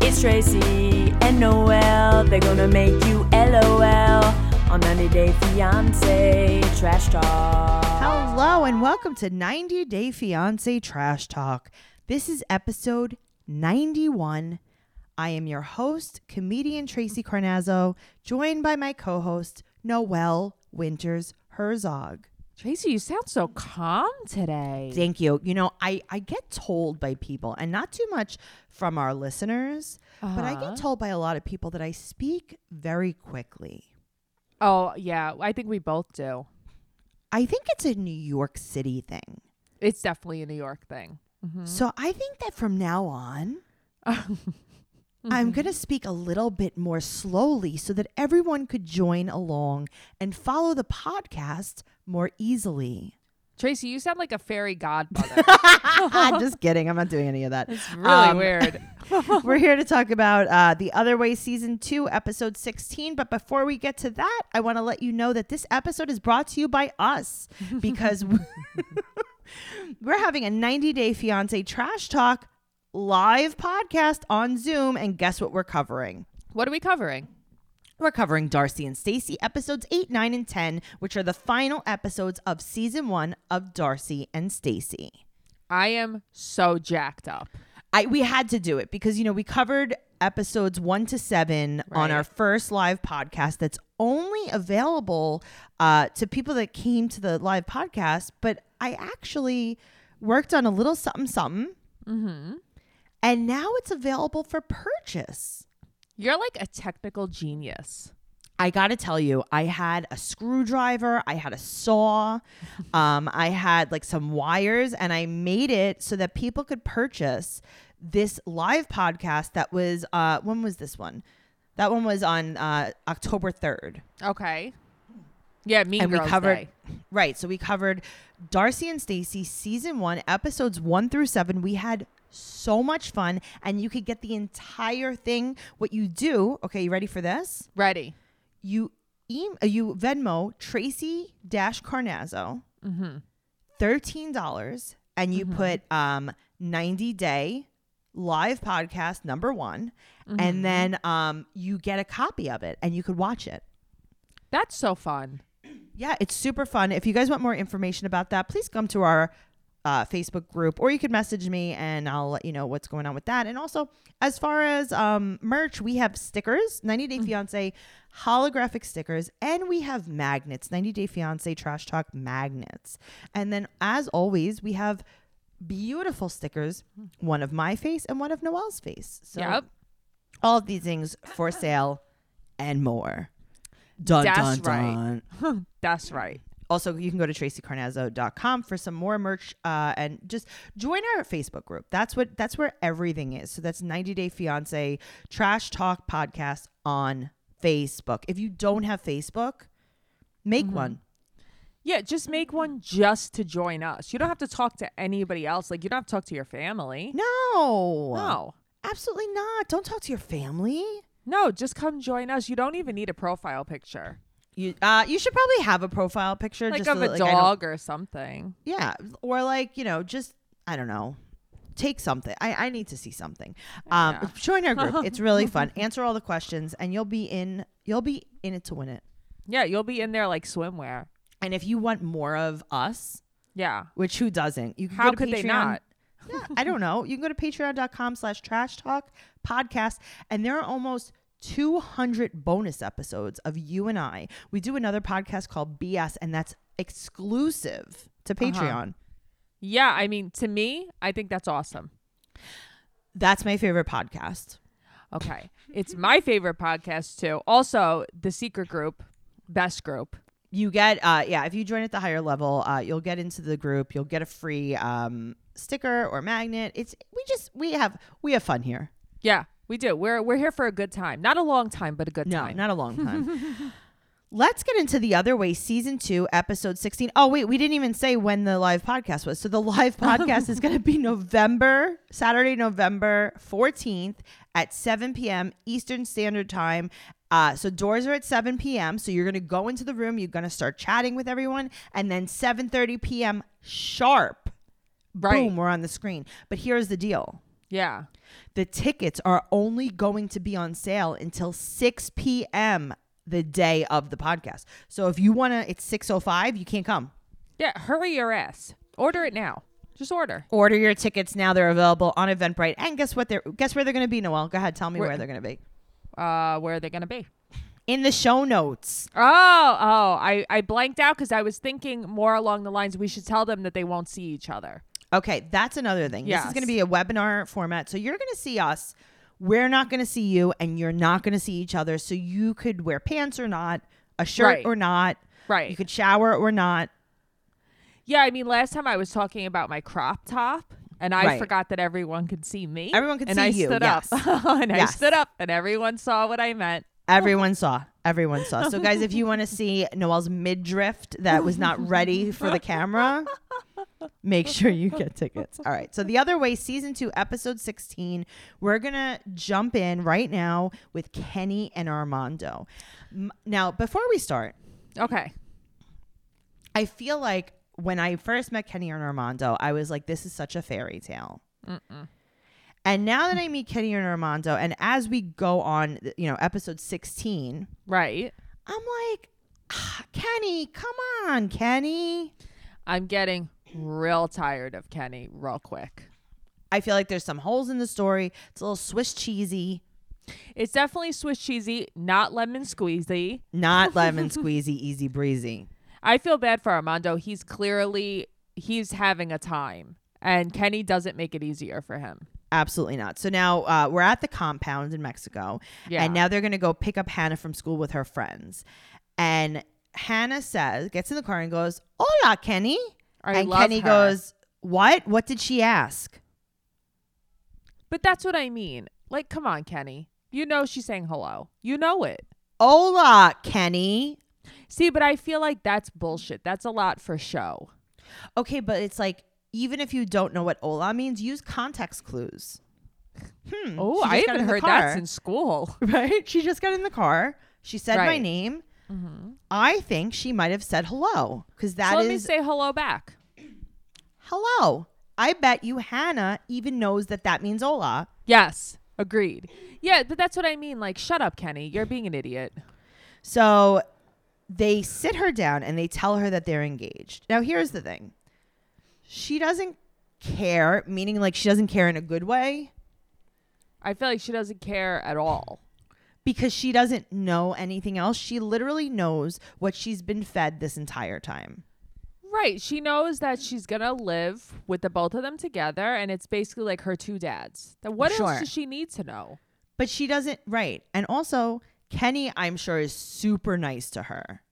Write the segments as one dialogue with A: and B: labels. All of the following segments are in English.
A: It's Tracy and Noel. They're gonna make you LOL on 90 Day Fiance Trash Talk.
B: Hello and welcome to 90 Day Fiance Trash Talk. This is episode 91. I am your host, comedian Tracy Carnazzo, joined by my co host, Noelle Winters Herzog.
C: Tracy, you sound so calm today.
B: Thank you. You know, I, I get told by people, and not too much from our listeners, but I
C: Uh-huh.
B: get told by a lot of people that I speak very quickly.
C: Oh, yeah. I think we both do.
B: I think it's a New York City thing.
C: It's definitely a New York thing.
B: So I think that from now on,
C: Mm-hmm.
B: I'm going to speak a little bit more slowly so that everyone could join along and follow the podcast more easily.
C: Tracy, you sound like a fairy godmother.
B: Just kidding. I'm not doing any of that.
C: it's really
B: Um,
C: weird.
B: We're here to talk about uh, The Other Way Season 2, Episode 16. But before we get to that, I want to let you know that this episode is brought to you by us because we're having a 90 Day Fiancé Trash Talk live podcast on Zoom. And guess what we're covering?
C: What are we covering?
B: We're covering Darcy and Stacy episodes 8, 9, and 10, which are the final episodes of season 1 of Darcy and Stacy.
C: I am so jacked up.
B: I we had to do it because you know we covered episodes one to seven on
C: Right.
B: our first live podcast. That's only available uh, to people that came to the live podcast. But I actually worked on a little something something, and now it's available for purchase.
C: You're like a technical genius.
B: I got to tell you, I had a screwdriver, I had a saw, um, I had like some wires, and I made it so that people could purchase this live podcast that was, uh, when was this one? That one was on uh, October 3rd.
C: Okay. Yeah, Mean
B: And we
C: E Girls
B: covered,
C: Day.
B: right. So we covered Darcy and Stacy season one, episodes one through seven. We had so much fun, and you could get the entire thing. What you do, okay, you ready for this?
C: Ready.
B: you em- uh, you Venmo Tracy Dash Carnazzo thirteen dollars, and you put um ninety day live podcast number one, and then um you get a copy of it and you could watch it.
C: That's so fun.
B: Yeah, it's super fun. If you guys want more information about that, please come to our uh, Facebook group or you could message me and I'll let you know what's going on with that. And also, as far as um, merch, we have stickers, 90
C: Mm.
B: Day Fiance holographic stickers, and we have magnets, 90 Day Fiance Trash Talk magnets. And then, as always, we have beautiful stickers,
C: Hmm.
B: one of my face and one of Noelle's face. So,
C: yep.
B: all of these things for sale and more. Dun,
C: That's
B: dun,
C: right.
B: dun.
C: That's right.
B: Also, you can go to tracycarnazzo.com for some more merch uh, and just join our Facebook group. That's what that's where everything is. So that's 90 Day Fiance Trash Talk Podcast on Facebook. If you don't have Facebook, make one.
C: Yeah, just make one just to join us. You don't have to talk to anybody else. Like, you don't have to talk to your family.
B: No.
C: No.
B: Absolutely not. Don't talk to your family.
C: No, just come join us. You don't even need a profile picture,
B: You uh, you should probably have a profile picture
C: like
B: just
C: of
B: so
C: a
B: that, like, I don't-
C: dog or something.
B: Yeah. Or like, you know, just I don't know. Take something. I, I need to see something. Um
C: Yeah.
B: join our group. It's really fun. Answer all the questions and you'll be in you'll be in it to win it.
C: Yeah, you'll be in there like swimwear.
B: And if you want more of us,
C: Yeah.
B: which who doesn't, you can
C: How
B: go to
C: could
B: Patreon.
C: they not?
B: Yeah, I don't know. You can go to patreon.com slash trash talk podcast and there are almost 200 bonus episodes of you and I. We do another podcast called BS and that's exclusive to Patreon.
C: Yeah, I mean, to me, I think that's awesome.
B: That's my favorite podcast.
C: Okay. it's my favorite podcast too. Also, the secret group, best group.
B: you get uh yeah if you join at the higher level uh you'll get into the group you'll get a free um sticker or magnet it's we just we have we have fun here
C: Yeah, we do. We're we're here for a good time. Not a long time, but a good
B: no
C: time.
B: not a long time let's get into the other way season 2 episode 16 oh wait we didn't even say when the live podcast was so the live podcast is going to be november saturday november 14th at 7 p.m eastern standard time uh, so doors are at 7 p.m. So you're gonna go into the room. You're gonna start chatting with everyone, and then 7:30 p.m. sharp,
C: right.
B: boom, we're on the screen. But here's the deal.
C: Yeah.
B: The tickets are only going to be on sale until 6 p.m. the day of the podcast. So if you want to, it's 6.05, you can't come.
C: Yeah. Hurry your ass. Order it now. Just order.
B: Order your tickets now. They're available on Eventbrite. And guess what? They're guess where they're going to be, Noel? Go ahead. Tell me where,
C: Where-
B: they're going to be.
C: Uh, where are they gonna be?
B: In the show notes.
C: Oh, oh, I, I blanked out because I was thinking more along the lines we should tell them that they won't see each other.
B: Okay, that's another thing. This is
C: Yes.
B: going to be a webinar format. So you're going to see us. We're not going to see you, and you're not going to see each other. So you could wear pants or not, a shirt
C: Right.
B: or not.
C: Right.
B: You could shower or not.
C: yeah, I mean, last time I was talking about my crop top, and I
B: Right.
C: forgot that everyone could see me.
B: Everyone could
C: and
B: see
C: I
B: you,
C: Stood
B: yes.
C: up. and I
B: Yes.
C: stood up, and everyone saw what I meant.
B: Everyone saw. Everyone saw. So, guys, if you want to see Noelle's midrift that was not ready for the camera, make sure you get tickets. All right. So, The Other Way, Season 2, Episode 16. We're going to jump in right now with Kenny and Armando. M- Now, before we start,
C: Okay.
B: I feel like when I first met Kenny and Armando, I was like, this is such a fairy tale. And now that I meet Kenny and Armando, and as we go on, you know, episode 16,
C: Right.
B: I'm like, "Ah, Kenny, come on, Kenny.
C: I'm getting real tired of Kenny real quick.
B: I feel like there's some holes in the story. It's a little Swiss cheesy,
C: It's definitely Swiss cheesy, not lemon squeezy.
B: not lemon squeezy, easy breezy.
C: I feel bad for Armando. He's clearly he's having a time, and Kenny doesn't make it easier for him.
B: Absolutely not. So now uh, we're at the compound in Mexico,
C: Yeah.
B: and now they're going to go pick up Hannah from school with her friends. And Hannah says, gets in the car and goes, "Hola, Kenny."
C: I
B: and
C: love
B: Kenny
C: her.
B: goes, "What? What did she ask?"
C: But that's what I mean. Like, come on, Kenny. You know she's saying hello. You know it.
B: "Hola, Kenny."
C: See, but I feel like that's bullshit. That's a lot for show.
B: Okay, but it's like even if you don't know what "hola" means, use context clues. Hmm.
C: Oh,
B: she just
C: I
B: got in
C: haven't
B: the
C: heard
B: car.
C: that since school.
B: right? She just got in the car. She said my
C: Right. Mm-hmm.
B: name. I think she might have said hello because
C: so
B: that
C: let
B: is
C: me say hello back.
B: hello. I bet you Hannah even knows that that means hola.
C: Yes, agreed. Yeah, but that's what I mean. Like, shut up, Kenny. You're being an idiot.
B: So they sit her down and they tell her that they're engaged. Now, here's the thing she doesn't care, meaning like she doesn't care in a good way
C: I feel like she doesn't care at all.
B: because she doesn't know anything else. She literally knows what she's been fed this entire time.
C: Right. She knows that she's gonna live with the both of them together, and it's basically like her two dads. Then what
B: Sure.
C: else does she need to know?
B: But she doesn't, right. And also, Kenny, I'm sure, is super nice to her.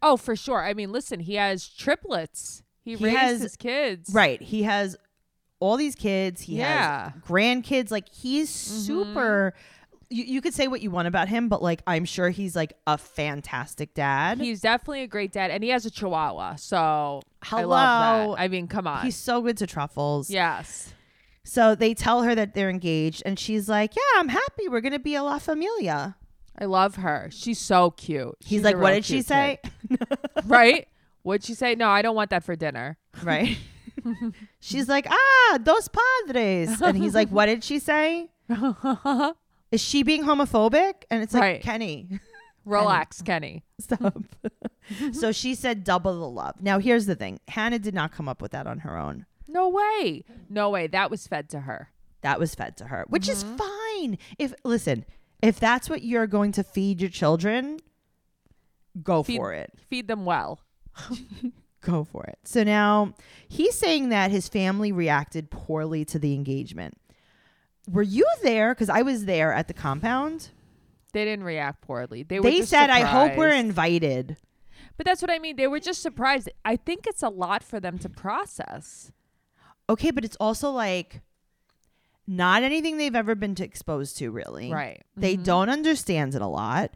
C: Oh, for sure. I mean, listen, he has triplets. He,
B: He
C: raised
B: has-
C: his kids.
B: Right. He has all these kids. He
C: Yeah. Mm-hmm.
B: has grandkids. Like he's super. You, you could say what you want about him, but like I'm sure he's like a fantastic dad.
C: He's definitely a great dad, and he has a chihuahua. So I
B: Hello.
C: love that. I mean, come on.
B: he's so good to truffles.
C: yes.
B: So they tell her that they're engaged, and she's like, "Yeah, I'm happy. We're gonna be a la familia."
C: I love her. She's so cute.
B: He's
C: She's a
B: like, "What
C: real
B: did she
C: cute
B: say?"
C: kid." right? What'd she say? No, I don't want that for dinner.
B: right. she's like, "Ah, dos padres," and he's like, "What did she say?" Is she being homophobic? And it's like,
C: Right.
B: Kenny.
C: Relax, Kenny.
B: Stop. so she said double the love. Now here's the thing. Hannah did not come up with that on her own.
C: No way. No way. That was fed to her.
B: That was fed to her, which is
C: Mm-hmm.
B: fine. If listen, if that's what you're going to feed your children, go
C: Feed-
B: for it.
C: Feed them well.
B: Go for it. So now he's saying that his family reacted poorly to the engagement. Were you there? Because I was there at the compound.
C: They didn't react poorly. They were
B: They
C: just
B: said, "I hope we're
C: surprised."
B: invited."
C: But that's what I mean. They were just surprised. I think it's a lot for them to process.
B: Okay, but it's also like not anything they've ever been to exposed to, really.
C: Right. Mm-hmm.
B: They don't understand it a lot.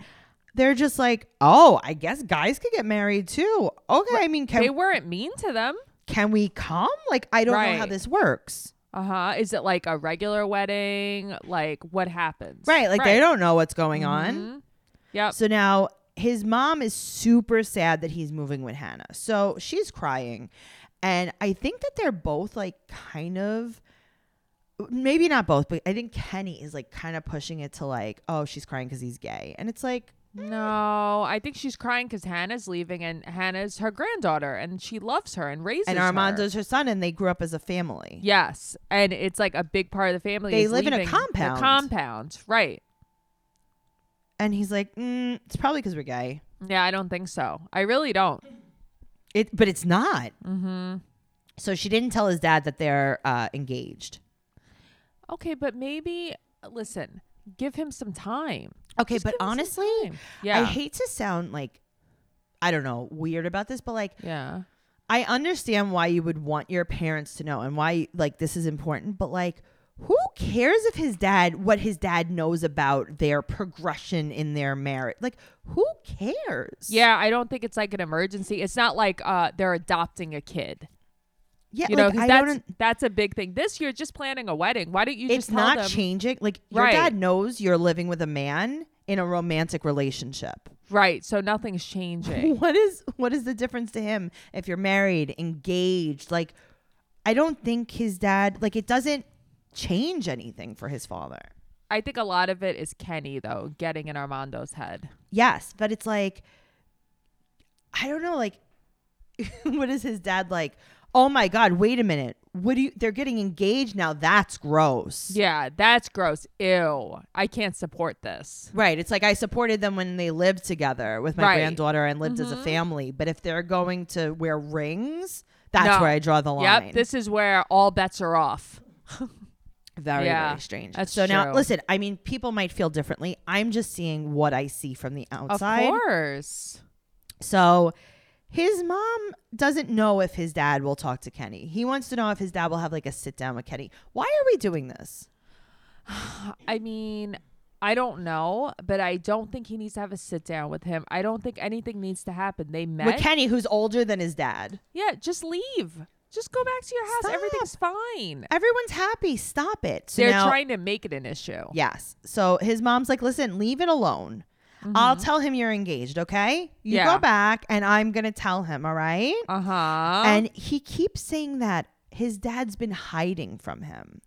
B: They're just like, oh, I guess guys could get married too. Okay, I mean, can
C: They weren't mean to them.
B: can we come? Like, I don't know how
C: Right.
B: this works.
C: Uh huh. Is it like a regular wedding? Like what happens?
B: Right? Like, they don't know what's going on.
C: Mhm. Yep.
B: So now his mom is super sad that he's moving with Hannah. So she's crying, and I think that they're both like kind of maybe not both, but I think Kenny is like kind of pushing it to like, oh, she's crying because he's gay, and it's like,
C: No, I think she's crying because Hannah's leaving, and Hannah's her granddaughter, and she loves her and raises
B: and
C: her.
B: Armando's her son, and they grew up as a family.
C: Yes, and it's like a big part of the family.
B: They
C: is
B: live in a
C: leaving the
B: compound.
C: compound, right?
B: And he's like, mm, it's probably because we're gay.
C: Yeah, I don't think so. I really don't.
B: It, but it's not. Mm-hmm. So she didn't tell his dad that they're uh, engaged.
C: Okay, but maybe listen, give him some time.
B: Okay,
C: Just
B: but
C: give him some
B: honestly,
C: time. yeah,
B: I hate to sound like I don't know weird about this, but like
C: yeah,
B: I understand why you would want your parents to know and why like this is important, but like who cares if his dad what his dad knows about their progression in their marriage? Like who cares?
C: yeah. I don't think it's like an emergency. It's not like uh they're adopting a kid.
B: yeah.
C: You know,
B: like,
C: 'cause
B: I
C: that's
B: don't.
C: that's a big thing. This year, just planning a wedding. Why don't you
B: It's
C: just tell
B: not
C: them?
B: changing. Like your
C: Right.
B: dad knows you're living with a man in a romantic relationship.
C: Right. So nothing's changing.
B: What is what is the difference to him if you're married, engaged? Like I don't think his dad like it doesn't change anything for his father.
C: I think a lot of it is Kenny though getting in Armando's head.
B: Yes, but it's like I don't know like what is his dad like? Oh my god, wait a minute. What do you they're getting engaged now? That's gross.
C: Yeah, that's gross. Ew. I can't support this.
B: Right. It's like I supported them when they lived together with my
C: Right. Mm-hmm.
B: granddaughter and lived as a family, but if they're going to wear rings, that's
C: No.
B: where I draw the line.
C: Yep. This is where all bets are off.
B: very
C: Yeah,
B: very strange
C: that's
B: so now
C: true.
B: listen i mean people might feel differently i'm just seeing what i see from the
C: Of
B: outside
C: course.
B: so his mom doesn't know if his dad will talk to kenny he wants to know if his dad will have like a sit down with kenny why are we doing this
C: I mean, I don't know, but I don't think he needs to have a sit down with him. I don't think anything needs to happen. They met.
B: with kenny who's older than his dad
C: yeah, just leave. Just go back to your house.
B: Stop.
C: Everything's fine.
B: everyone's happy stop it so
C: They're
B: now-
C: trying to make it an issue.
B: yes so his mom's like listen leave it alone i'll tell him you're engaged okay you
C: Mm-hmm. Yeah.
B: go back and i'm gonna tell him all right
C: Uh huh.
B: and he keeps saying that his dad's been hiding from him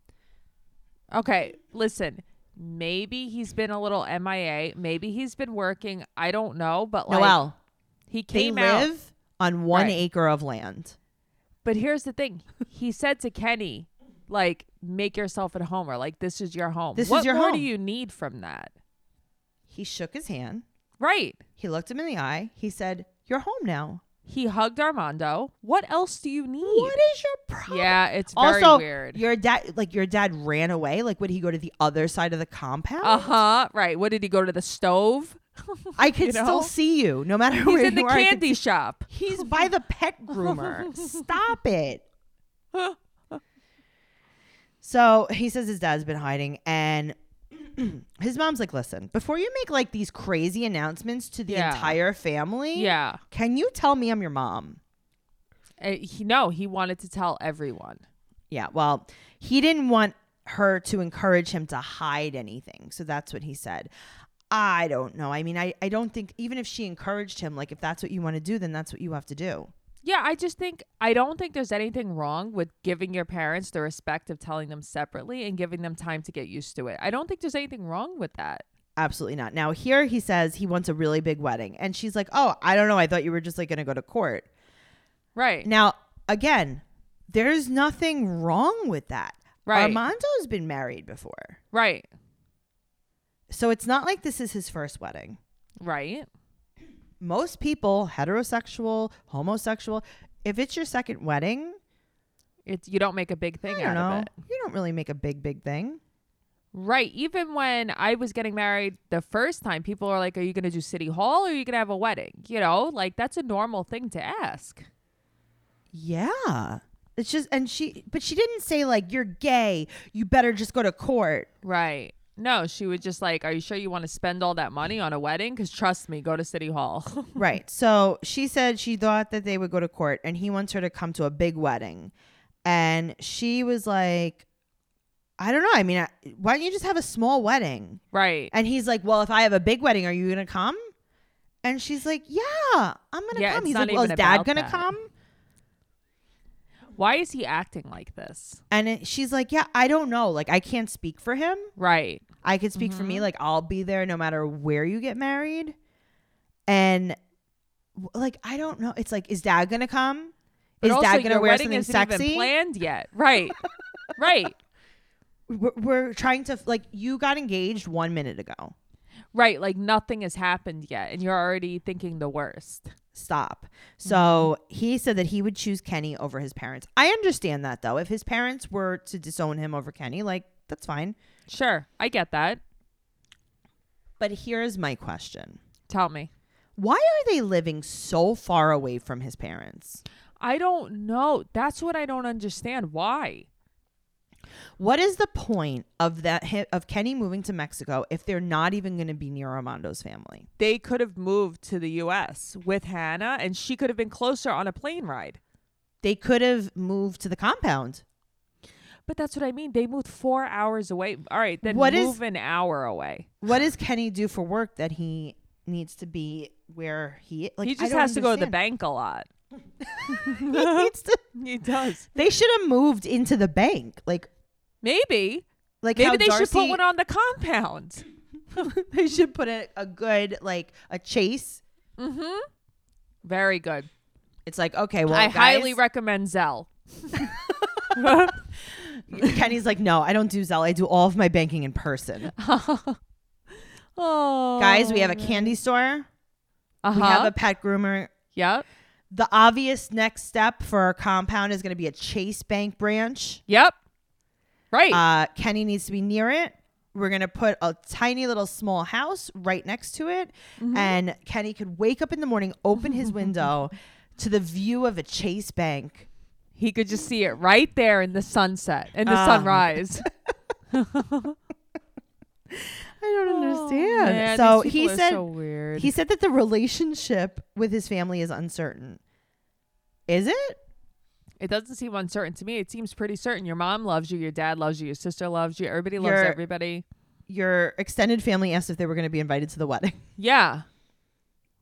C: Okay, listen. Maybe he's been a little MIA. Maybe he's been working. I don't know, but like
B: Noel,
C: he
B: they
C: came out.
B: live on one
C: Right.
B: acre of land.
C: But here's the thing. He said to Kenny, like, make yourself at home or like this is your home.
B: This is
C: what
B: your
C: more
B: home.
C: do you need from that?
B: He shook his hand.
C: Right.
B: He looked him in the eye. He said, "You're home now."
C: He hugged Armando. What else do you need?
B: What is your problem?
C: Yeah, it's very
B: Also,
C: weird.
B: your dad, like your dad, ran away. Like, would he go to the other side of the compound?
C: Uh huh. Right. What did he go to the stove?
B: I could
C: you know?
B: still see you, no matter
C: He's
B: where
C: in the
B: you are, I could
C: candy shop.
B: He's by the pet groomer. Stop it. so he says his dad's been hiding, and his mom's like, listen, before you make like these crazy announcements to the
C: Yeah.
B: entire family,
C: Yeah.
B: can you tell me I'm your mom?
C: Uh, he, no, he wanted to tell everyone.
B: Yeah, well, he didn't want her to encourage him to hide anything. So that's what he said. I don't know. I mean, I, I don't think, even if she encouraged him, like, if that's what you want to do, then that's what you have to do.
C: Yeah, I just think I don't think there's anything wrong with giving your parents the respect of telling them separately and giving them time to get used to it. I don't think there's anything wrong with that.
B: Absolutely not. Now here he says he wants a really big wedding and she's like, "Oh, I don't know. I thought you were just like going to go to court."
C: Right.
B: Now, again, there's nothing wrong with that.
C: Right.
B: Armando's been married before.
C: Right.
B: So it's not like this is his first wedding.
C: Right.
B: Most people, heterosexual, homosexual, if it's your second wedding,
C: It's you don't make a big thing
B: I
C: out
B: don't know.
C: of it.
B: You don't really make a big big thing.
C: Right. Even when I was getting married the first time, people are like, Are you gonna do city hall or are you gonna have a wedding? You know, like that's a normal thing to ask.
B: Yeah. It's just and she but she didn't say like you're gay, you better just go to court.
C: Right. No, she was just like, Are you sure you want to spend all that money on a wedding? Because trust me, go to City Hall.
B: Right. So she said she thought that they would go to court and he wants her to come to a big wedding. And she was like, I don't know. I mean, I, why don't you just have a small wedding?
C: right.
B: And he's like, Well, if I have a big wedding, are you going to come? And she's like, Yeah, I'm going to
C: Yeah,
B: come.
C: it's
B: He's
C: not
B: like, Well, is
C: even
B: dad
C: about
B: going to
C: that.
B: come?
C: Why is he acting like this?
B: And it, she's like, yeah, I don't know. Like, I can't speak for him.
C: Right.
B: I could speak for
C: Mm-hmm.
B: me. Like, I'll be there no matter where you get married. And w- like, I don't know. It's like, is dad gonna come?
C: But
B: is
C: also,
B: dad gonna
C: your
B: wear
C: wedding
B: something
C: isn't
B: sexy?
C: even planned yet. Right. right.
B: we're, we're trying to like you got engaged one minute ago
C: Right. Like nothing has happened yet, and you're already thinking the worst.
B: stop so
C: Mm-hmm.
B: he said that he would choose kenny over his parents i understand that though if his parents were to disown him over kenny like that's fine
C: Sure, I get that.
B: but here's my question
C: Tell me.
B: why are they living so far away from his parents
C: I don't know. That's what I don't understand. Why?
B: what is the point of that hi- of kenny moving to mexico if they're not even going to be near armando's family
C: They could have moved to the US with Hannah and she could have been closer on a plane ride.
B: they could have moved to the compound
C: But that's what I mean. They moved four hours away. All right, then
B: What is-
C: move an hour away.
B: what does Kenny do for work that he needs to be where he like?
C: he
B: I
C: just
B: don't
C: has to go to the
B: understand.
C: bank a lot.
B: He needs to-
C: He does.
B: they should have moved into the bank, like
C: Maybe.
B: like how
C: Maybe they should put
B: Darcy-
C: one on the compound.
B: they should put a, a good like a chase.
C: Mm-hmm. Very good.
B: It's like okay, well,
C: I
B: guys,
C: highly recommend Zell.
B: Kenny's like, no, I don't do Zelle. I do all of my banking in person.
C: oh.
B: guys, we have a candy store.
C: uh-huh.
B: We have a pet groomer.
C: Yep.
B: The obvious next step for our compound is going to be a Chase Bank branch.
C: Yep. Right.
B: Uh, Kenny needs to be near it. We're gonna put a tiny little small house right next to it, and Kenny could wake up in the morning, open his window to the view of a Chase Bank.
C: He could just see it right there in the sunset and the
B: Ah.
C: sunrise.
B: I don't understand.
C: Man,
B: so
C: these
B: he
C: people are
B: said
C: so weird.
B: he said that the relationship with his family is uncertain. Is it?
C: it doesn't seem uncertain to me. It seems pretty certain. Your mom loves you. Your dad loves you. Your sister loves you. Everybody loves
B: Your-
C: everybody.
B: Your extended family asked if they were going to be invited to the wedding.
C: Yeah.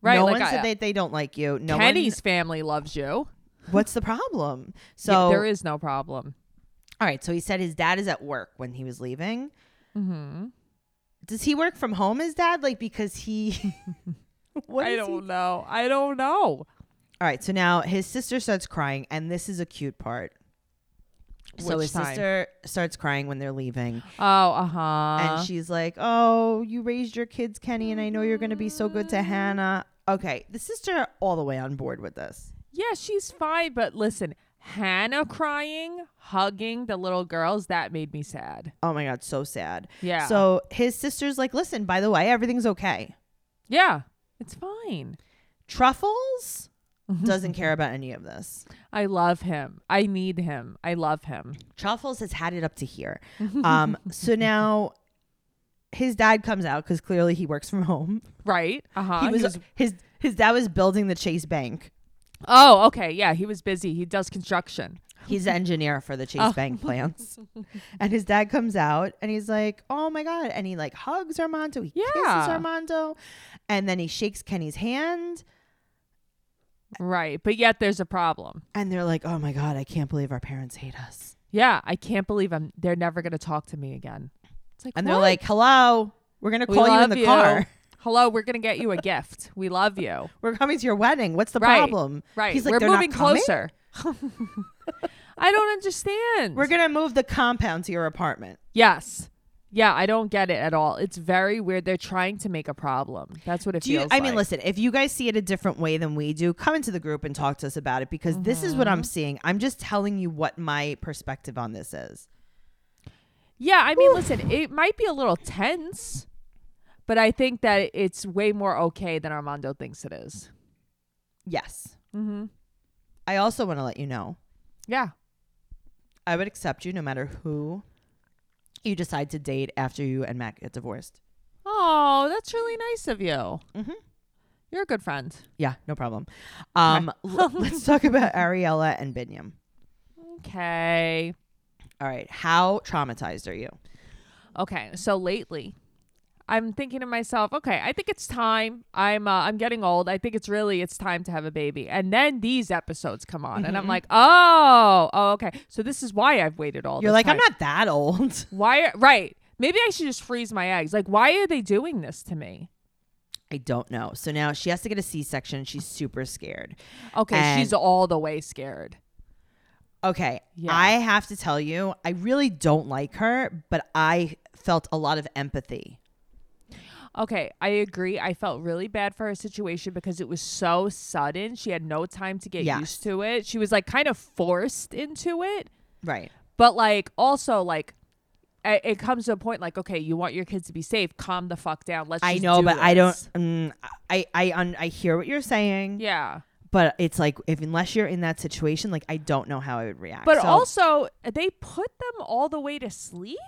C: Right.
B: No
C: like
B: one
C: I-
B: said that they don't like you. No
C: Kenny's family loves you.
B: one. What's the problem?
C: Yeah,
B: So
C: there is no problem.
B: all right. So he said his dad is at work when he was leaving.
C: Mm-hmm.
B: does he work from home his dad like because he what
C: I
B: is
C: don't
B: he-
C: know. I don't know.
B: all right so now his sister starts crying and this is a cute part so
C: Which
B: his
C: time?
B: sister starts crying when they're leaving
C: Oh, uh huh.
B: and she's like oh you raised your kids kenny and i know you're going to be so good
C: Mm.
B: to hannah okay the sister all the way on board with this
C: yeah, she's fine. But listen, Hannah crying, hugging the little girls, that made me sad.
B: oh my god so sad
C: Yeah.
B: so his sister's like listen by the way everything's okay
C: Yeah, it's fine.
B: truffles doesn't care about any of this
C: I love him. I need him. I love him.
B: Truffles has had it up to here. Um, so now his dad comes out because clearly he works from home.
C: Right? Uh huh.
B: Uh-huh. He was, his his dad was building the Chase Bank.
C: Oh, okay. Yeah, he was busy. He does construction.
B: He's the engineer for the Chase
C: Oh.
B: Bank plants. and his dad comes out and he's like, "Oh my god!" And he like hugs Armando. He kisses
C: Yeah.
B: Armando, and then he shakes Kenny's hand.
C: Right. But yet there's a problem.
B: And they're like, "Oh my god! I can't believe our parents hate us."
C: Yeah, I can't believe I'm they're never going to talk to me again. It's like
B: And they're
C: what?
B: like, "Hello, we're gonna
C: We
B: call you in
C: love
B: the car."
C: Hello, we're going to get you a gift. We love you.
B: We're coming to your wedding. What's the
C: Right.
B: problem?
C: Right.
B: He's like,
C: we're
B: "They're not
C: moving
B: coming?"
C: closer. I don't understand.
B: We're gonna move the compound to your apartment.
C: Yes. Yeah, I don't get it at all. It's very weird. They're trying to make a problem. That's what it
B: Do you,
C: feels
B: I mean,
C: like.
B: listen, if you guys see it a different way than we do, come into the group and talk to us about it because this is what
C: Mm-hmm.
B: I'm seeing. I'm just telling you what my perspective on this is.
C: Yeah, I mean, listen, it might be a little tense, but I think that it's way more okay than Armando thinks it is.
B: Yes.
C: Mm-hmm.
B: I also want to let you know
C: Yeah.
B: I would accept you no matter who you decide to date after you and Mac get divorced.
C: Oh, that's really nice of you.
B: Mhm.
C: You're a good friend.
B: Yeah, no problem. Um, l- let's talk about Ariella and Binyam.
C: Okay.
B: All right. How traumatized are you?
C: Okay. So lately, I'm thinking to myself, okay, I think it's time. I'm uh, I'm getting old. I think it's really it's time to have a baby. And then these episodes come on,
B: Mm-hmm.
C: and I'm like, oh, oh, okay. So this is why I've waited all.
B: You're
C: this
B: like, I'm
C: time.
B: not that old.
C: Why? Are, right? Maybe I should just freeze my eggs. Like, why are they doing this to me?
B: I don't know. So now she has to get a C section. She's super scared.
C: Okay, she's
B: And-
C: all the way scared.
B: Okay.
C: Yeah.
B: I have to tell you, I really don't like her, but I felt a lot of empathy.
C: Okay, I agree. I felt really bad for her situation because it was so sudden. She had no time to get
B: Yes.
C: used to it. She was like kind of forced into it.
B: Right.
C: but like also like I- it comes to a point like okay you want your kids to be safe calm the fuck down let's
B: I
C: just
B: know,
C: do
B: but I don't.
C: this.
B: Mm, I I un, I hear what you're saying,
C: yeah
B: but it's like if unless you're in that situation, like I don't know how I would react.
C: but
B: So-
C: also they put them all the way to sleep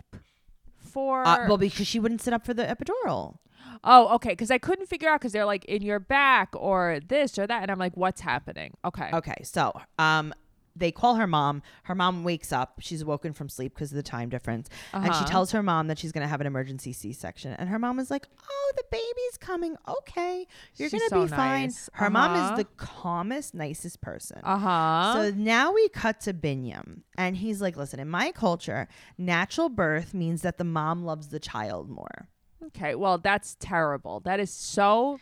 C: for
B: uh, well, because she wouldn't sit up for the epidural.
C: oh okay because i couldn't figure out because they're like in your back or this or that and i'm like what's happening okay
B: Okay, so um, they call her mom. Her mom wakes up. She's woken from sleep because of the time difference, and she
C: Uh-huh.
B: tells her mom that she's gonna have an emergency C-section. And her mom is like, "Oh, the baby's coming. Okay, you're
C: She's
B: gonna be
C: so
B: fine."
C: nice.
B: Her mom
C: Uh-huh.
B: is the calmest, nicest person.
C: uh-huh
B: So now we cut to Binyam, and he's like, "Listen, in my culture, natural birth means that the mom loves the child more."
C: okay well that's terrible that is so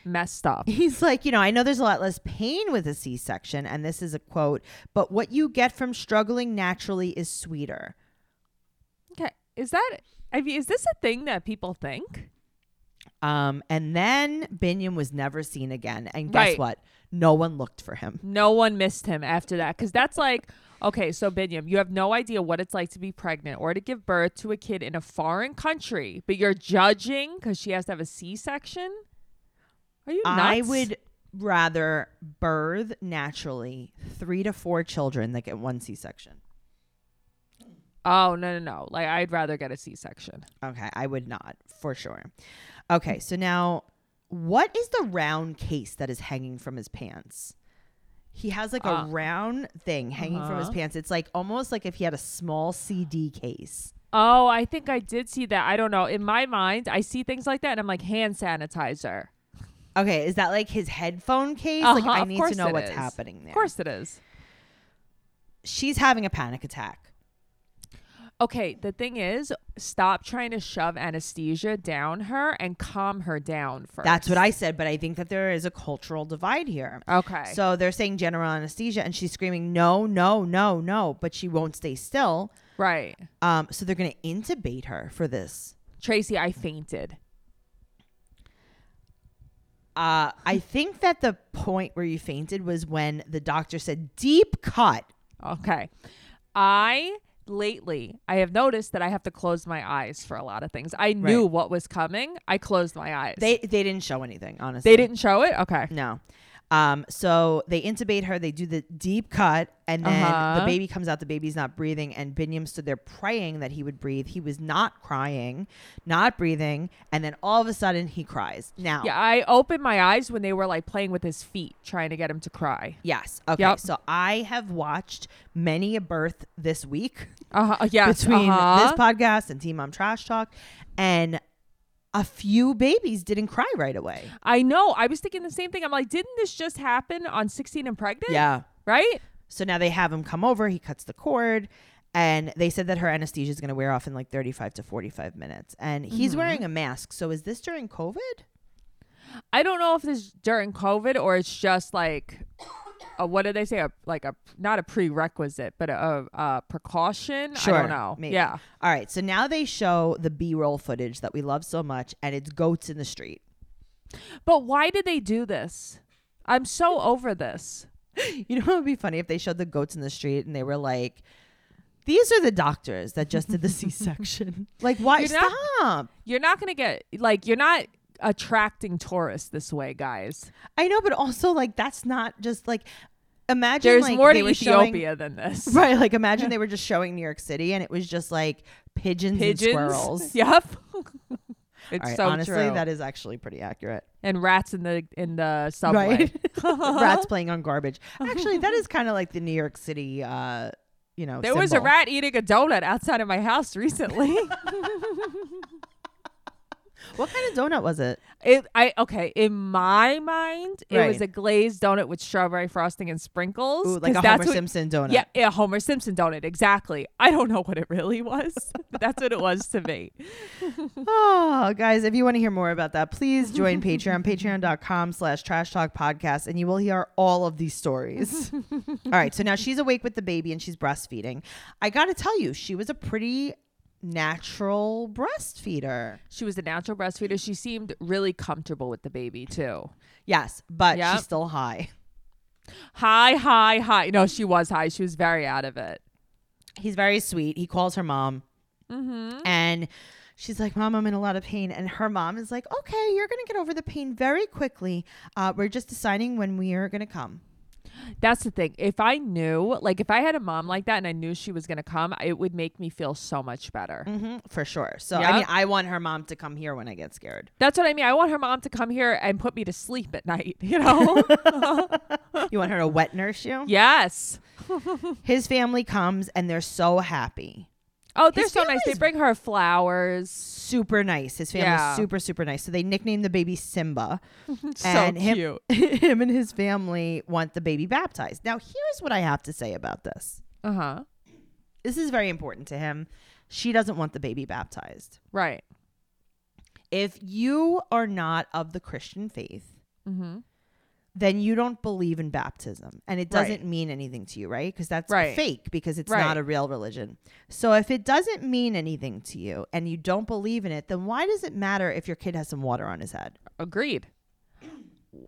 C: messed up
B: He's like, "You know, I know there's a lot less pain with a C-section, and this is a quote, but what you get from struggling naturally is sweeter."
C: okay is that i mean is this a thing that people think
B: Um, and then Binyam was never seen again, and guess
C: Right.
B: what? No one looked for him.
C: No one missed him after that because that's like, okay, so Binyam, you have no idea what it's like to be pregnant or to give birth to a kid in a foreign country, but you're judging because she has to have a C-section. Are you nuts?
B: I would rather birth naturally three to four children that get one C-section.
C: Oh no no no! Like I'd rather get a C-section.
B: Okay, I would not for sure. Okay, so now what is the round case that is hanging from his pants? He has like a
C: Uh,
B: round thing hanging from his
C: uh-huh.
B: pants. It's like almost like if he had a small CD case.
C: Oh, I think I did see that. I don't know. In my mind, I see things like that, and I'm like hand sanitizer.
B: Okay, is that like his headphone case? like
C: Uh-huh,
B: I
C: of
B: need to
C: course
B: know
C: it
B: what's
C: is.
B: happening there.
C: Of course it is.
B: She's having a panic attack.
C: Okay, the thing is, stop trying to shove anesthesia down her and calm her down first.
B: That's what I said, but I think that there is a cultural divide here.
C: Okay.
B: So they're saying general anesthesia and she's screaming no, no, no, no, but she won't stay still.
C: right.
B: Um so they're going to intubate her for this.
C: Tracy, I fainted.
B: Uh, I think that the point where you fainted was when the doctor said deep cut.
C: Okay. I lately I have noticed that I have to close my eyes for a lot of things. I knew
B: Right.
C: what was coming. I closed my eyes.
B: They they didn't show anything, honestly.
C: they didn't show it? Okay.
B: No. Um, so they intubate her, they do the deep cut, and then the
C: Uh-huh.
B: baby comes out, the baby's not breathing, and Binyam stood there praying that he would breathe. He was not crying, not breathing, and then all of a sudden he cries. Now
C: Yeah, I opened my eyes when they were like playing with his feet, trying to get him to cry.
B: yes. Okay.
C: Yep.
B: So I have watched many a birth this week.
C: Uh-huh. Yes.
B: between
C: uh-huh.
B: this podcast and Team Mom Trash Talk, and a few babies didn't cry right away.
C: I know. I was thinking the same thing. I'm like, didn't this just happen on 16 and pregnant?
B: Yeah.
C: Right?
B: So now they have him come over. He cuts the cord, and they said that her anesthesia is going to wear off in like 35 to 45 minutes. And he's
C: Mm-hmm.
B: wearing a mask. So is this during COVID?
C: I don't know if this is during COVID or it's just like, a, what did they say? A, like a not a prerequisite, but a, a, a precaution. I don't know.
B: maybe.
C: Yeah.
B: All right. So now they show the B roll footage that we love so much, and it's goats in the street.
C: But why did they do this? I'm so over this.
B: You know, it would be funny if they showed the goats in the street and they were like, these are the doctors that just did the C section. like, why?
C: You're
B: stop.
C: not- You're not gonna get like you're not attracting tourists this way, guys.
B: I know, but also, like, that's not just like, imagine
C: There's
B: like,
C: more to
B: they were showing-
C: Ethiopia than this.
B: right. Like, imagine they were just showing New York City and it was just like pigeons,
C: Pigeons.
B: and squirrels.
C: Yep. it's
B: All right,
C: so
B: honestly,
C: true.
B: that is actually pretty accurate.
C: and rats in the in the subway.
B: Rats playing on garbage. Actually, that is kind of like the New York City, uh, you know.
C: There was a
B: symbol.
C: rat eating a donut outside of my house recently.
B: What kind of donut was it?
C: It I okay, in my mind, it was
B: Right.
C: a glazed donut with strawberry frosting and sprinkles.
B: Ooh, like
C: 'cause
B: a Homer
C: that's what-
B: Simpson donut.
C: Yeah, yeah, Homer Simpson donut, exactly. I don't know what it really was, but that's what it was to me.
B: Oh, guys, if you want to hear more about that, please join Patreon, patreon.com slash trash talk podcast, and you will hear all of these stories. all right. So now she's awake with the baby and she's breastfeeding. I got to tell you, she was a pretty natural breastfeeder.
C: She was a natural breastfeeder. She seemed really comfortable with the baby too.
B: Yes, but
C: Yep.
B: she's still high.
C: High, high, high. No, she was high. She was very out of it.
B: He's very sweet. He calls her mom. And she's like, Mom, I'm in a lot of pain. And her mom is like, Okay, you're going to get over the pain very quickly. Uh, we're just deciding when we are going to come.
C: That's the thing. If I knew, like, if I had a mom like that and I knew she was gonna come, it would make me feel so much better.
B: hmm for sure. So
C: Yep.
B: I mean, I want her mom to come here when I get scared.
C: That's what I mean. I want her mom to come here and put me to sleep at night. You know?
B: You want her to wet nurse you?
C: yes.
B: His family comes and they're so happy.
C: Oh, they're
B: His
C: so nice. They
B: family's-
C: bring her flowers.
B: Super nice. His family's
C: Yeah.
B: super, super nice. So they nicknamed the baby Simba.
C: So
B: him,
C: cute.
B: him and his family want the baby baptized. Now, here's what I have to say about this.
C: Uh
B: Uh-huh.
C: huh.
B: This is very important to him. She doesn't want the baby baptized.
C: Right.
B: If you are not of the Christian faith,
C: Mm-hmm.
B: then you don't believe in baptism and it
C: Right.
B: doesn't mean anything to you, right? Because that's
C: Right.
B: fake because it's
C: Right.
B: not a real religion. So if it doesn't mean anything to you and you don't believe in it, then why does it matter if your kid has some water on his head?
C: Agreed.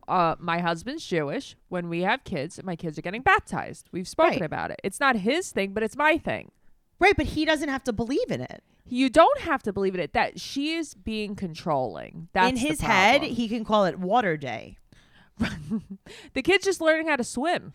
C: Uh, my husband's Jewish. When we have kids, my kids are getting baptized. We've spoken
B: Right.
C: about it. It's not his thing, but it's my thing.
B: Right, but he doesn't have to believe in it.
C: You don't have to believe in it. That she is being controlling. That's
B: in
C: the
B: his head,
C: problem.
B: he can call it water day.
C: the kid's just learning how to swim.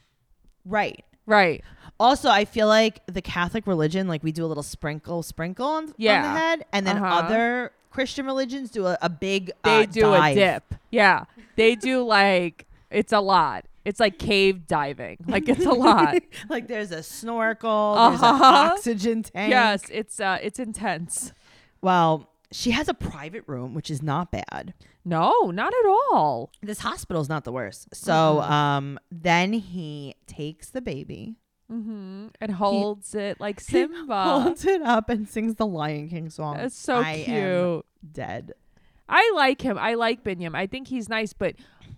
B: Right.
C: Right.
B: Also, I feel like the Catholic religion, like we do a little sprinkle, sprinkle on, on
C: Yeah.
B: the head, and then
C: Uh-huh.
B: other Christian religions do a, a big
C: They
B: uh,
C: do
B: dive.
C: a dip. Yeah. They do like it's a lot. It's like cave diving. Like it's a lot.
B: like there's a snorkel, there's an
C: Uh-huh.
B: oxygen tank.
C: yes, it's uh it's intense.
B: Well, she has a private room, which is not bad.
C: No, not at all.
B: This hospital's not the worst. So um, then he takes the baby,
C: Mm-hmm. It holds it like Simba.
B: holds it up, and sings the Lion King song.
C: That's so
B: I am
C: cute.
B: dead.
C: I like him. I like Binyam. I think he's nice, but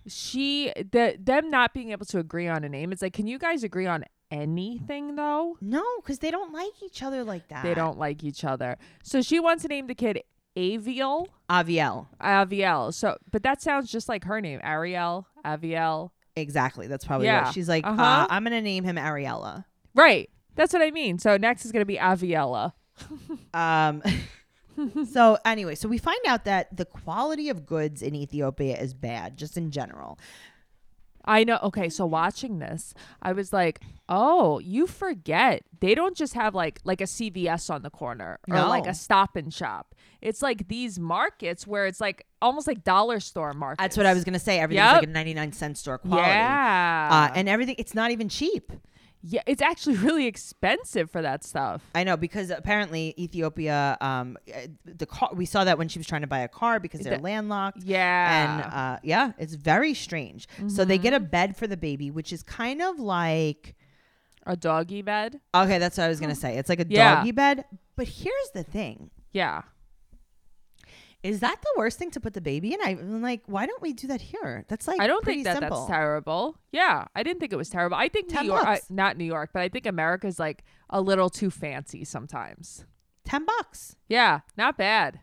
C: she the them not being able to agree on a name. It's like, can you guys agree on anything though?
B: No, because they don't like each other like that.
C: They don't like each other. So she wants to name the kid Aviel.
B: Aviel.
C: Aviel. So, but that sounds just like her name, Ariel, Aviel.
B: Exactly. That's probably
C: Yeah.
B: what she's like.
C: Uh-huh.
B: uh, I'm gonna name him Ariella.
C: Right. That's what I mean. So next is going to be Aviella.
B: Um, so anyway, so we find out that the quality of goods in Ethiopia is bad, just in general.
C: I know. Okay, so watching this, I was like, "Oh, you forget they don't just have like like a CVS on the corner or like
B: No.
C: a Stop and Shop. It's like these markets where it's like almost like dollar store markets.
B: That's what I was gonna say. Everything's
C: Yep.
B: like a 99 cent store quality.
C: Yeah,
B: Uh, and everything, it's not even cheap.
C: yeah, it's actually really expensive for that stuff.
B: I know because apparently Ethiopia, um, uh, the car we saw that when she was trying to buy a car because they're
C: The-
B: landlocked.
C: Yeah, Mm-hmm.
B: and uh, yeah, it's very strange. So they get a bed for the baby, which is kind of like
C: a doggy bed.
B: okay, that's what I was gonna say. It's like a
C: Yeah.
B: doggy bed. But here's the thing:
C: Yeah,
B: is that the worst thing to put the baby in? I'm like, why don't we do that here? That's like
C: I don't
B: pretty
C: think that
B: simple.
C: that's terrible. Yeah, I didn't think it was terrible. I think
B: Ten
C: New York, I-
B: bucks.
C: not New York, but I think America's like a little too fancy sometimes.
B: Ten bucks.
C: Yeah, not bad.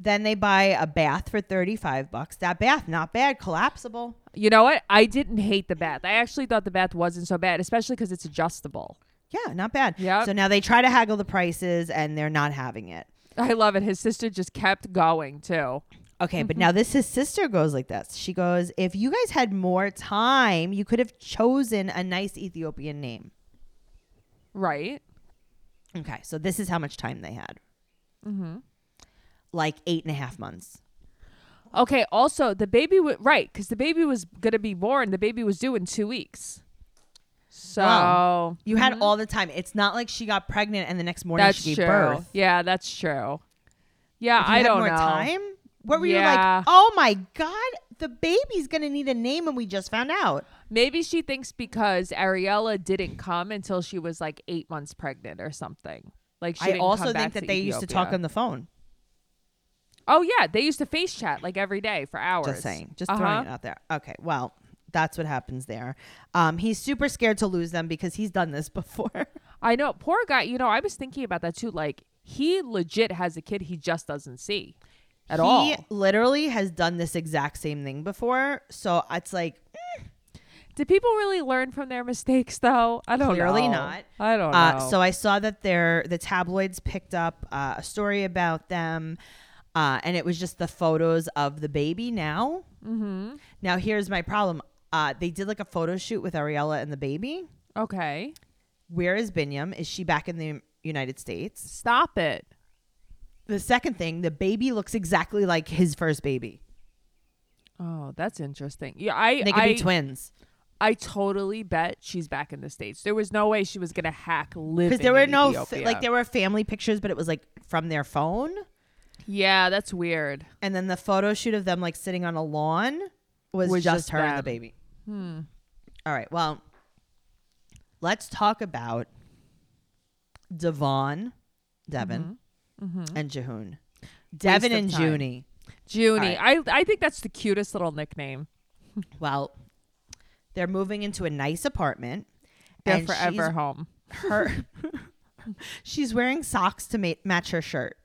B: Then they buy a bath for thirty-five bucks. That bath, not bad, collapsible.
C: You know what? I didn't hate the bath. I actually thought the bath wasn't so bad, especially because it's adjustable.
B: Yeah, not bad.
C: Yep.
B: So now they try to haggle the prices, and they're not having it.
C: I love it. His sister just kept going too.
B: Okay,
C: Mm-hmm.
B: but now this his sister goes like this. She goes, "If you guys had more time, you could have chosen a nice Ethiopian name."
C: Right?
B: Okay, so this is how much time they had.
C: Mm-hmm.
B: Like eight and a half months.
C: Okay. Also, the baby was right because the baby was gonna be born. The baby was due in two weeks. So
B: Wow. You had all the time. It's not like she got pregnant and the next morning
C: Mm-hmm. that's
B: she gave
C: true.
B: birth.
C: Yeah, that's true. Yeah,
B: If you
C: I
B: had
C: don't
B: more
C: know.
B: time, Where were you
C: Yeah.
B: like, oh my God, the baby's going to need a name and we just found out.
C: Maybe she thinks because Ariella didn't come until she was like eight months pregnant or something. Like she
B: I
C: didn't
B: also
C: come back
B: think that
C: to
B: they used to talk
C: Ethiopia.
B: on the phone.
C: Oh yeah, they used to face chat like every day for hours.
B: Just saying, just
C: Uh-huh.
B: throwing it out there. Okay, well, that's what happens there. Um, he's super scared to lose them because he's done this before.
C: I know, poor guy. You know, I was thinking about that too. Like he legit has a kid he just doesn't see at
B: he
C: all.
B: literally has done this exact same thing before, so it's like
C: Do people really learn from their mistakes though? I don't
B: Clearly
C: know.
B: not.
C: I don't
B: Uh,
C: know.
B: so I saw that there the tabloids picked up uh, a story about them, uh, and it was just the photos of the baby. Now,
C: Mm-hmm.
B: now here's my problem. Uh, they did like a photo shoot with Ariella and the baby.
C: okay,
B: Where is Binyam? Is she back in the United States?
C: stop it.
B: The second thing, the baby looks exactly like his first baby.
C: Oh, that's interesting. Yeah, I
B: They could
C: I,
B: be twins
C: I totally bet she's back in the states. There was no way she was gonna hack living
B: because there were
C: in
B: no fa-
C: Ethiopia.
B: like there were family pictures, but it was like from their phone,
C: Yeah, that's weird.
B: and then the photo shoot of them like sitting on a lawn was,
C: Was
B: just,
C: just
B: her and the
C: them.
B: baby. All right, well, let's talk about Devon, Devon, and Jehoon. Devon
C: of
B: and
C: time.
B: Junie.
C: Junie, I I think that's the cutest little nickname.
B: Well, they're moving into a nice apartment.
C: They're
B: and she's
C: forever home.
B: her she's wearing socks to ma- match her shirt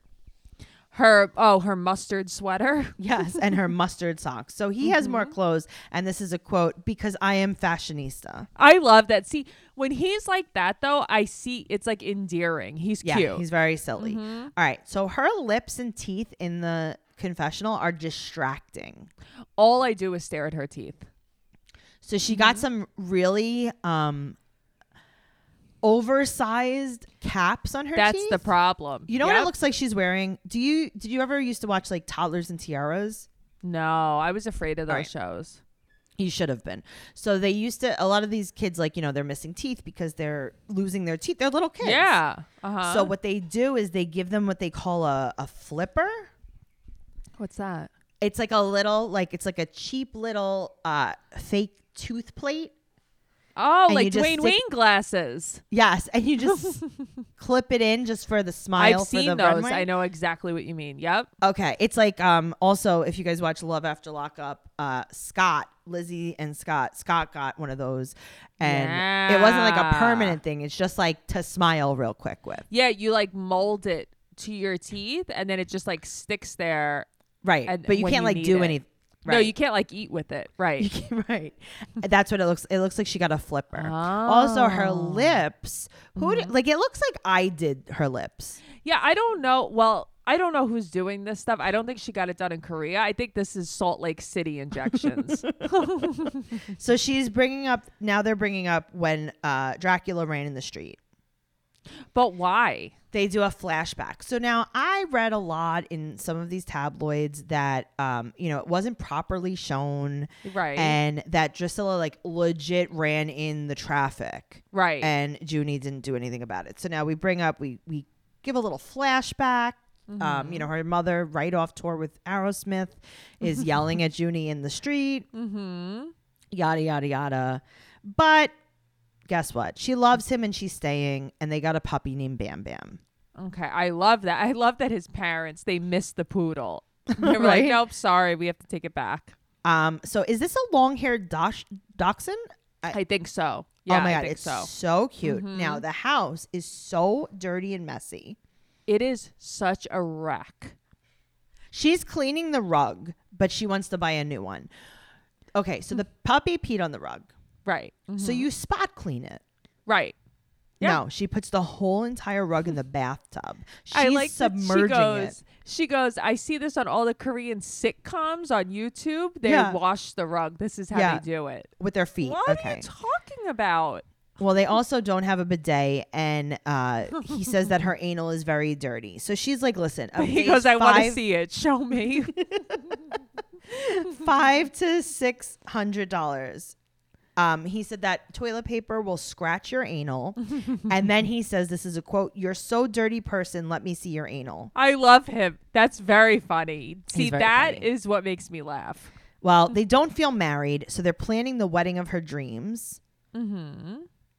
C: Her oh, her mustard sweater.
B: yes and her mustard socks so he has more clothes and this is a quote because i am fashionista
C: I love that. See, when he's like that though, I see it's like endearing. He's
B: yeah
C: cute. Mm-hmm.
B: he's very silly All right so her lips and teeth in the confessional are distracting
C: All I do is stare at her teeth.
B: so she
C: Mm-hmm.
B: got some really um oversized caps on her
C: that's
B: teeth.
C: the problem.
B: you know what
C: Yep.
B: it looks like she's wearing do you did you ever used to watch like toddlers and tiaras
C: No, I was afraid of those
B: Alright.
C: shows.
B: You should have been. So they used to a lot of these kids like, you know, they're missing teeth because they're losing their teeth. They're little kids.
C: Yeah. Uh-huh.
B: So what they do is they give them what they call a, a flipper.
C: what's that?
B: It's like a little like it's like a cheap little uh fake tooth plate.
C: Oh,
B: And you
C: like
B: just
C: Dwayne
B: stick-
C: Wayne glasses.
B: Yes, and you just clip it in just for the smile
C: I've
B: for
C: seen
B: the
C: those.
B: runway.
C: I know exactly what you mean. Yep.
B: Okay, it's like um also if you guys watch Love After Lockup, uh Scott, Lizzie and Scott, Scott got one of those and it wasn't like a
C: Yeah.
B: permanent thing. It's just like to smile real quick with.
C: Yeah, you like mold it to your teeth and then it just like sticks there.
B: Right.
C: and-
B: but you
C: when
B: can't
C: you
B: like
C: need
B: do
C: it.
B: anything.
C: No, you can't like eat with it. Right.
B: can't. right. That's what it looks it looks like she got a flipper. Also her
C: Oh. Mm-hmm.
B: lips. Who d- like it looks like I did her lips.
C: Yeah, I don't know. Well, I don't know who's doing this stuff. I don't think she got it done in Korea. I think this is Salt Lake City injections.
B: So she's bringing up now they're bringing up when uh Dracula ran in the street.
C: but why?
B: they do a flashback. So now I read a lot in some of these tabloids that um, you know, it wasn't properly shown
C: Right.
B: and that Drusilla like legit ran in the traffic
C: right.
B: and Junie didn't do anything about it. So now we bring up we we give a little flashback.
C: Mm-hmm.
B: Um, you know, her mother right off tour with Aerosmith is yelling at Junie in the street. Mm-hmm. Yada yada yada. But guess what? She loves him and she's staying, and they got a puppy named Bam Bam.
C: okay. I love that. I love that his parents, they missed the poodle. They were
B: Right?
C: like, nope, sorry. We have to take it back.
B: Um, so is this a long haired dosh- dachshund? I-
C: I think so. Yeah,
B: oh my
C: I
B: god,
C: think
B: it's
C: so. Mm-hmm.
B: cute. Now the house is so dirty and messy.
C: It is such a wreck.
B: She's cleaning the rug, but she wants to buy a new one. Okay, so the puppy peed on the rug.
C: Right. mm,
B: So you spot clean it.
C: Right. Mm-hmm. Yeah.
B: No, she puts the whole entire rug in the bathtub. She's
C: I like that
B: submerging
C: she goes,
B: it.
C: She goes, I see this on all the Korean sitcoms on YouTube. They
B: Yeah.
C: wash the rug. This is how
B: Yeah.
C: they do it.
B: with their feet.
C: What
B: okay.
C: are you talking about?
B: Well, they also don't have a bidet, and uh, he says that her anal is very dirty. So she's like, "Listen," a
C: He
B: phase
C: goes, I want to
B: five-
C: see it. Show me.
B: five to six hundred dollars Um, he said that toilet paper will scratch your anal. and then he says, This is a quote, you're so dirty person, let me see your anal.
C: I love him. That's very funny. See, that
B: very
C: is
B: funny.
C: what makes me laugh.
B: Well, they don't feel married, so they're planning the wedding of her dreams.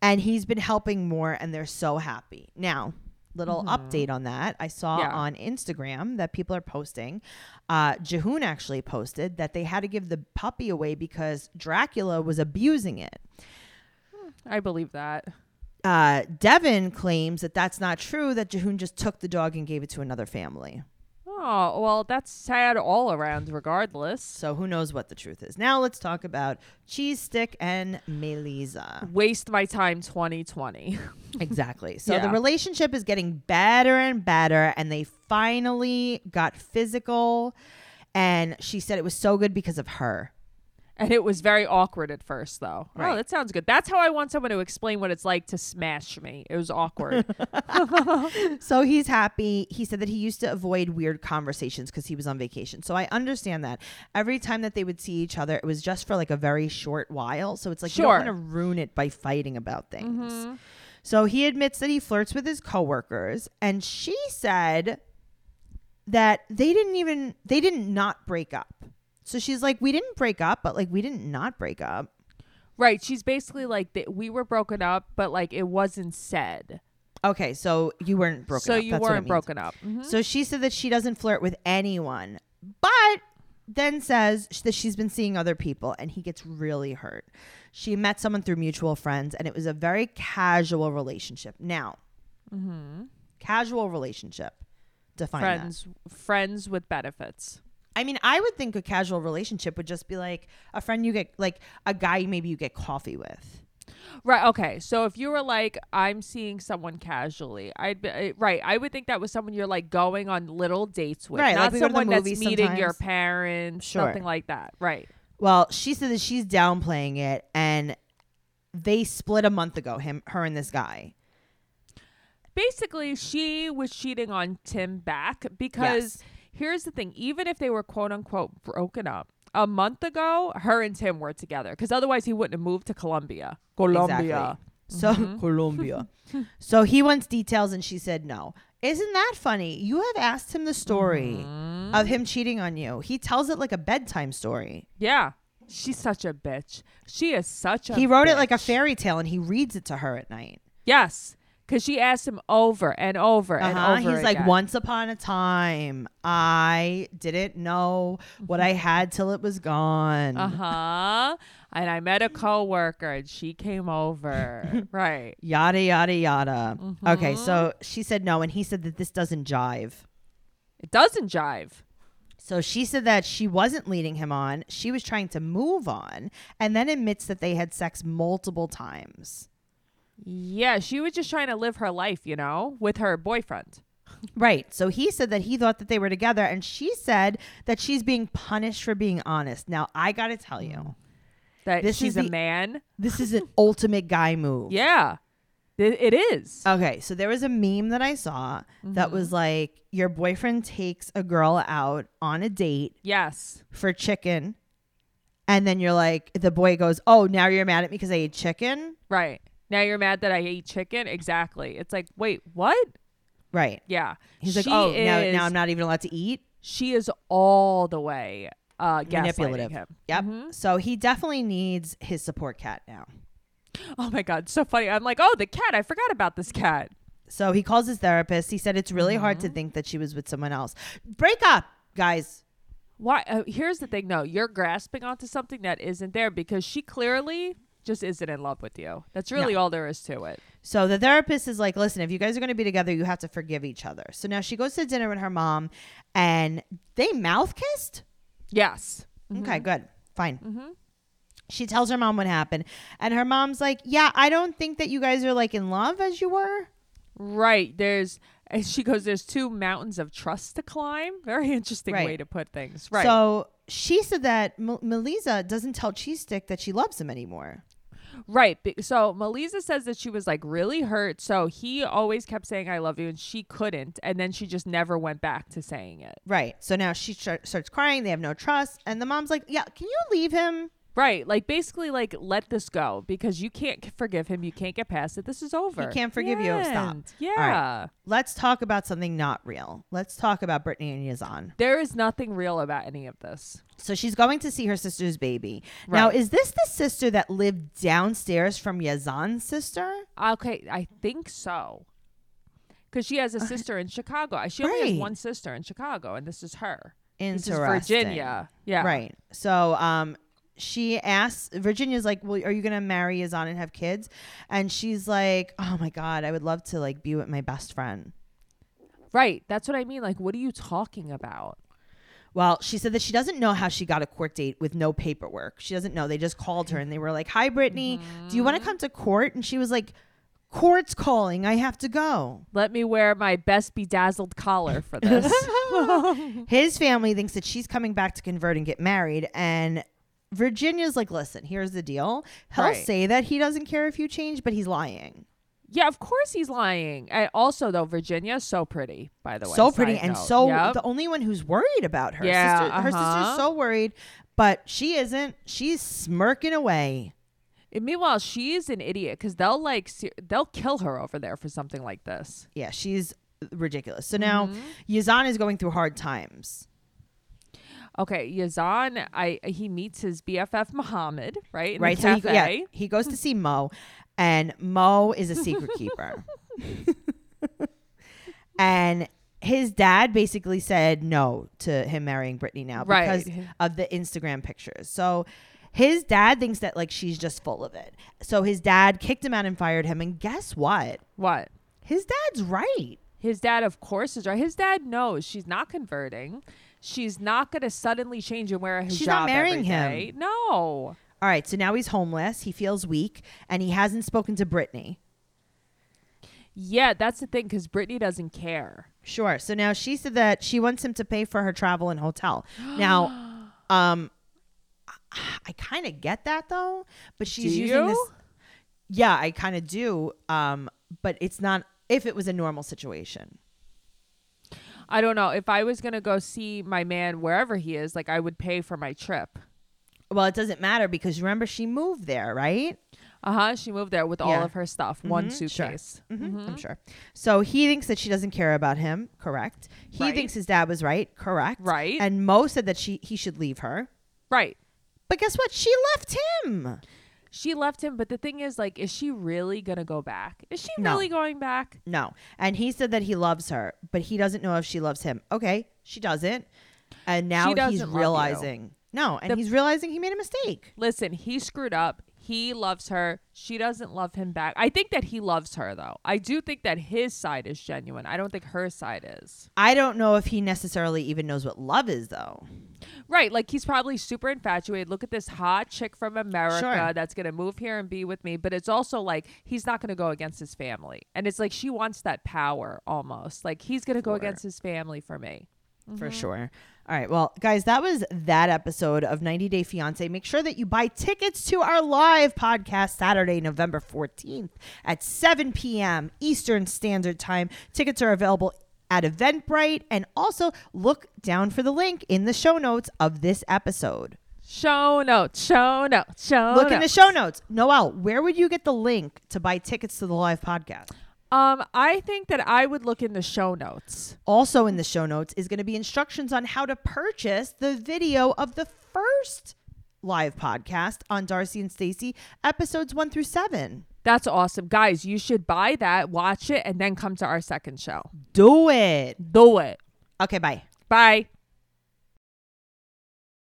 B: And he's been helping more, and they're so happy. Now, little update on that. I saw
C: Yeah.
B: on Instagram that people are posting. Uh, Jehoon actually posted that they had to give the puppy away because Dracula was abusing it.
C: I believe that.
B: Uh, Devin claims that that's not true, that Jehoon just took the dog and gave it to another family.
C: Oh, well, that's sad all around, regardless.
B: So who knows what the truth is. Now let's talk about Cheese Stick and Melisa.
C: Waste my time 2020.
B: Exactly. So the
C: Yeah.
B: relationship is getting better and better, and they finally got physical. And she said it was so good because of her.
C: And it was very awkward at first, though.
B: Right.
C: Oh, that sounds good. That's how I want someone to explain what it's like to smash me. It was awkward.
B: So he's happy. He said that he used to avoid weird conversations because he was on vacation. So I understand that. Every time that they would see each other, it was just for like a very short while. So it's like you
C: Sure. Mm-hmm.
B: don't want to ruin it by fighting about things. So he admits that he flirts with his coworkers, and she said that they didn't even they didn't not break up. So she's like, we didn't break up, but like we didn't not break up.
C: right. She's basically like, th- we were broken up, but like it wasn't said.
B: Okay, so you weren't broken
C: so
B: up.
C: you
B: That's what it
C: weren't
B: means.
C: broken up. Mm-hmm.
B: So she said that she doesn't flirt with anyone, but then says sh- that she's been seeing other people and he gets really hurt. She met someone through mutual friends and it was a very casual relationship. Now, casual relationship. Define that.
C: Friends, friends with benefits.
B: I mean, I would think a casual relationship would just be like a friend you get, like a guy maybe you get coffee with.
C: Right. Okay. So if you were like, I'm seeing someone casually, I'd be uh, right. I would think that was someone you're like going on little dates with,
B: Right, like
C: not
B: we go to the
C: someone that's
B: movies
C: meeting your
B: sometimes.
C: parents,
B: Sure.
C: something like that. Right.
B: Well, she said that she's downplaying it and they split a month ago, him, her and this guy.
C: Basically, she was cheating on Tim back because here's the thing: even if they were quote unquote broken up a month ago, her and Tim were together because otherwise he wouldn't have moved to Colombia. Colombia. Mm-hmm.
B: So Colombia. So he wants details and she said no. Isn't that funny? You have asked him the story
C: Mm-hmm.
B: of him cheating on you. He tells it like a bedtime story.
C: Yeah. She's such a bitch. She is such a.
B: he wrote it like a
C: bitch.
B: fairy tale and he reads it to her at night.
C: Yes, because she asked him over and over and
B: Uh-huh.
C: over.
B: He's like,
C: again.
B: once upon a time, I didn't know what I
C: Mm-hmm.
B: had till it was gone.
C: Uh huh. And I met a coworker, and she came over. right.
B: Yada, yada, yada.
C: Mm-hmm.
B: Okay, so she said no, and he said that this doesn't jive.
C: It doesn't jive.
B: So she said that she wasn't leading him on. She was trying to move on and then admits that they had sex multiple times.
C: Yeah, she was just trying to live her life, you know, with her boyfriend.
B: Right. So he said that he thought that they were together and she said that she's being punished for being honest. Now, I got to tell you,
C: That
B: This
C: she's
B: is
C: a
B: the-
C: man.
B: this is an ultimate guy move.
C: Yeah, Th- it is.
B: Okay, so there was a meme that I saw that was like your boyfriend takes a girl out on a date
C: yes.
B: for chicken and then you're like the boy goes, "Oh, now you're mad at me because I ate chicken?"
C: Right. Now you're mad that I ate chicken. Exactly. It's like, wait, what?
B: Right.
C: Yeah.
B: He's like,
C: She
B: oh, now,
C: is-
B: now I'm not even allowed to eat.
C: She is all the way uh, gaslighting
B: Manipulative.
C: him. Mm-hmm.
B: Yep. So he definitely needs his support cat now.
C: Oh my god, so funny. I'm like, oh, the cat. I forgot about this cat.
B: So he calls his therapist. He said it's really hard
C: Mm-hmm.
B: to think that she was with someone else. Break up, guys.
C: Why? Uh, here's the thing. No, you're grasping onto something that isn't there because she clearly just isn't in love with you. That's really all there is to it.
B: So the therapist is like, listen, if you guys are going to be together, you have to forgive each other. So now she goes to dinner with her mom and they mouth kissed.
C: Yes.
B: Okay, good. Fine.
C: Mm-hmm.
B: She tells her mom what happened. And her mom's like, yeah, I don't think that you guys are like in love as you were.
C: Right. There's. And she goes. There's two mountains of trust to climb. Very interesting
B: Right.
C: way to put things. Right.
B: So she said that M- Melissa doesn't tell Cheese Stick that she loves him anymore.
C: Right. be- So Melissa says that she was like really hurt. So he always kept saying "I love you," and she couldn't. And then she just never went back to saying it.
B: Right. So now she start- starts crying. They have no trust. And the mom's like, Yeah, can you leave him?
C: Right. Like basically like let this go because you can't c- forgive him. You can't get past it. This is over.
B: can't forgive
C: The
B: you. Stop.
C: end.
B: All
C: Yeah.
B: right. Let's talk about something not real. Let's talk about Brittany and Yazan.
C: There is nothing real about any of this.
B: So she's going to see her sister's baby. Now,
C: Right.
B: is this the sister that lived downstairs from Yazan's sister?
C: Okay, I think so. Because she has a sister in Chicago. She only
B: Uh, Right.
C: has one sister in Chicago, and this is her. This
B: Interesting.
C: is Virginia. Yeah.
B: Right. So um she asks Virginia's like, Well, are you gonna marry Yazan and have kids? And she's like, Oh my god, I would love to like be with my best friend.
C: Right. That's what I mean. Like, what are you talking about?
B: Well, she said that she doesn't know how she got a court date with no paperwork. She doesn't know. They just called her and they were like, Hi Brittany, do you wanna
C: Mm-hmm.
B: come to court? And she was like, Court's calling, I have to go.
C: Let me wear my best bedazzled collar for this. Mm-hmm.
B: His family thinks that she's coming back to convert and get married. And Virginia's like, listen, here's the deal. He'll
C: Right.
B: say that he doesn't care if you change, but he's lying.
C: yeah, of course he's lying. And also, though, Virginia is so pretty, by the way.
B: so pretty
C: Side
B: and
C: note.
B: so
C: Yep.
B: the only one who's worried about her.
C: Yeah,
B: sister, her sister's
C: uh-huh.
B: so worried, but she isn't. She's smirking away.
C: And meanwhile, she's an idiot because they'll like se- they'll kill her over there for something like this.
B: Yeah, she's ridiculous. So now
C: Mm-hmm.
B: Yazan is going through hard times.
C: Okay, Yazan, I he meets his BFF Muhammad, right? in the
B: right? So he, go- yeah,
C: cafe.
B: he goes to see Mo, and Mo is a secret keeper. and his dad basically said no to him marrying Brittany now because
C: Right.
B: of the Instagram pictures. So his dad thinks that like she's just full of it. So his dad kicked him out and fired him. And guess what?
C: What?
B: His dad's right.
C: His dad, of course, is right. His dad knows she's not converting. She's not going to suddenly change and wear a hijab.
B: She's not marrying
C: every
B: him.
C: day. No.
B: All right, so now he's homeless. He feels weak, and he hasn't spoken to Brittany.
C: Yeah, that's the thing because Brittany doesn't care.
B: Sure. So now she said that she wants him to pay for her travel and hotel. Now, um, I, I kind of get that though, but she's
C: Do
B: using this.
C: you?
B: Yeah, I kind of do. Um, but it's not if it was a normal situation.
C: I don't know. If I was going to go see my man wherever he is, like I would pay for my trip.
B: Well, it doesn't matter because remember she moved there, right?
C: Uh huh. She moved there with all
B: Yeah.
C: of her stuff, one
B: Mhm, sure.
C: suitcase.
B: Mm-hmm, I'm sure. So he thinks that she doesn't care about him. Correct. He
C: Right.
B: thinks his dad was right. Correct.
C: Right.
B: And Mo said that she he should leave her.
C: Right.
B: But guess what? She left him.
C: She left him, but the thing is, like, is she really going to go back? Is she
B: No.
C: really going back?
B: No. And he said that he loves her, but he doesn't know if she loves him. Okay, she doesn't. And now
C: doesn't
B: he's
C: love you.
B: realizing. No, and
C: The-
B: he's realizing he made a mistake.
C: Listen, he screwed up. He loves her. She doesn't love him back. I think that he loves her, though. I do think that his side is genuine. I don't think her side is.
B: I don't know if he necessarily even knows what love is though.
C: Right. Like, he's probably super infatuated. Look at this hot chick from America
B: Sure.
C: that's going to move here and be with me. But it's also like he's not going to go against his family. And it's like she wants that power almost. Like, he's going to go
B: Sure.
C: against his family for me.
B: For
C: Mm-hmm.
B: sure. All right. Well, guys, that was that episode of 90 Day Fiance. Make sure that you buy tickets to our live podcast Saturday, November 14th at 7 p.m. Eastern Standard Time. Tickets are available at Eventbrite. And also look down for the link in the show notes of this episode.
C: Show notes, show notes, show
B: Look in the
C: notes.
B: show notes. Noel, where would you get the link to buy tickets to the live podcast?
C: um, I think that I would look in the show notes.
B: Also, in the show notes is going to be instructions on how to purchase the video of the first live podcast on Darcy and Stacy, episodes one through seven.
C: That's awesome. Guys, you should buy that, watch it, and then come to our second show.
B: Do it.
C: Do it.
B: Okay, bye.
C: Bye.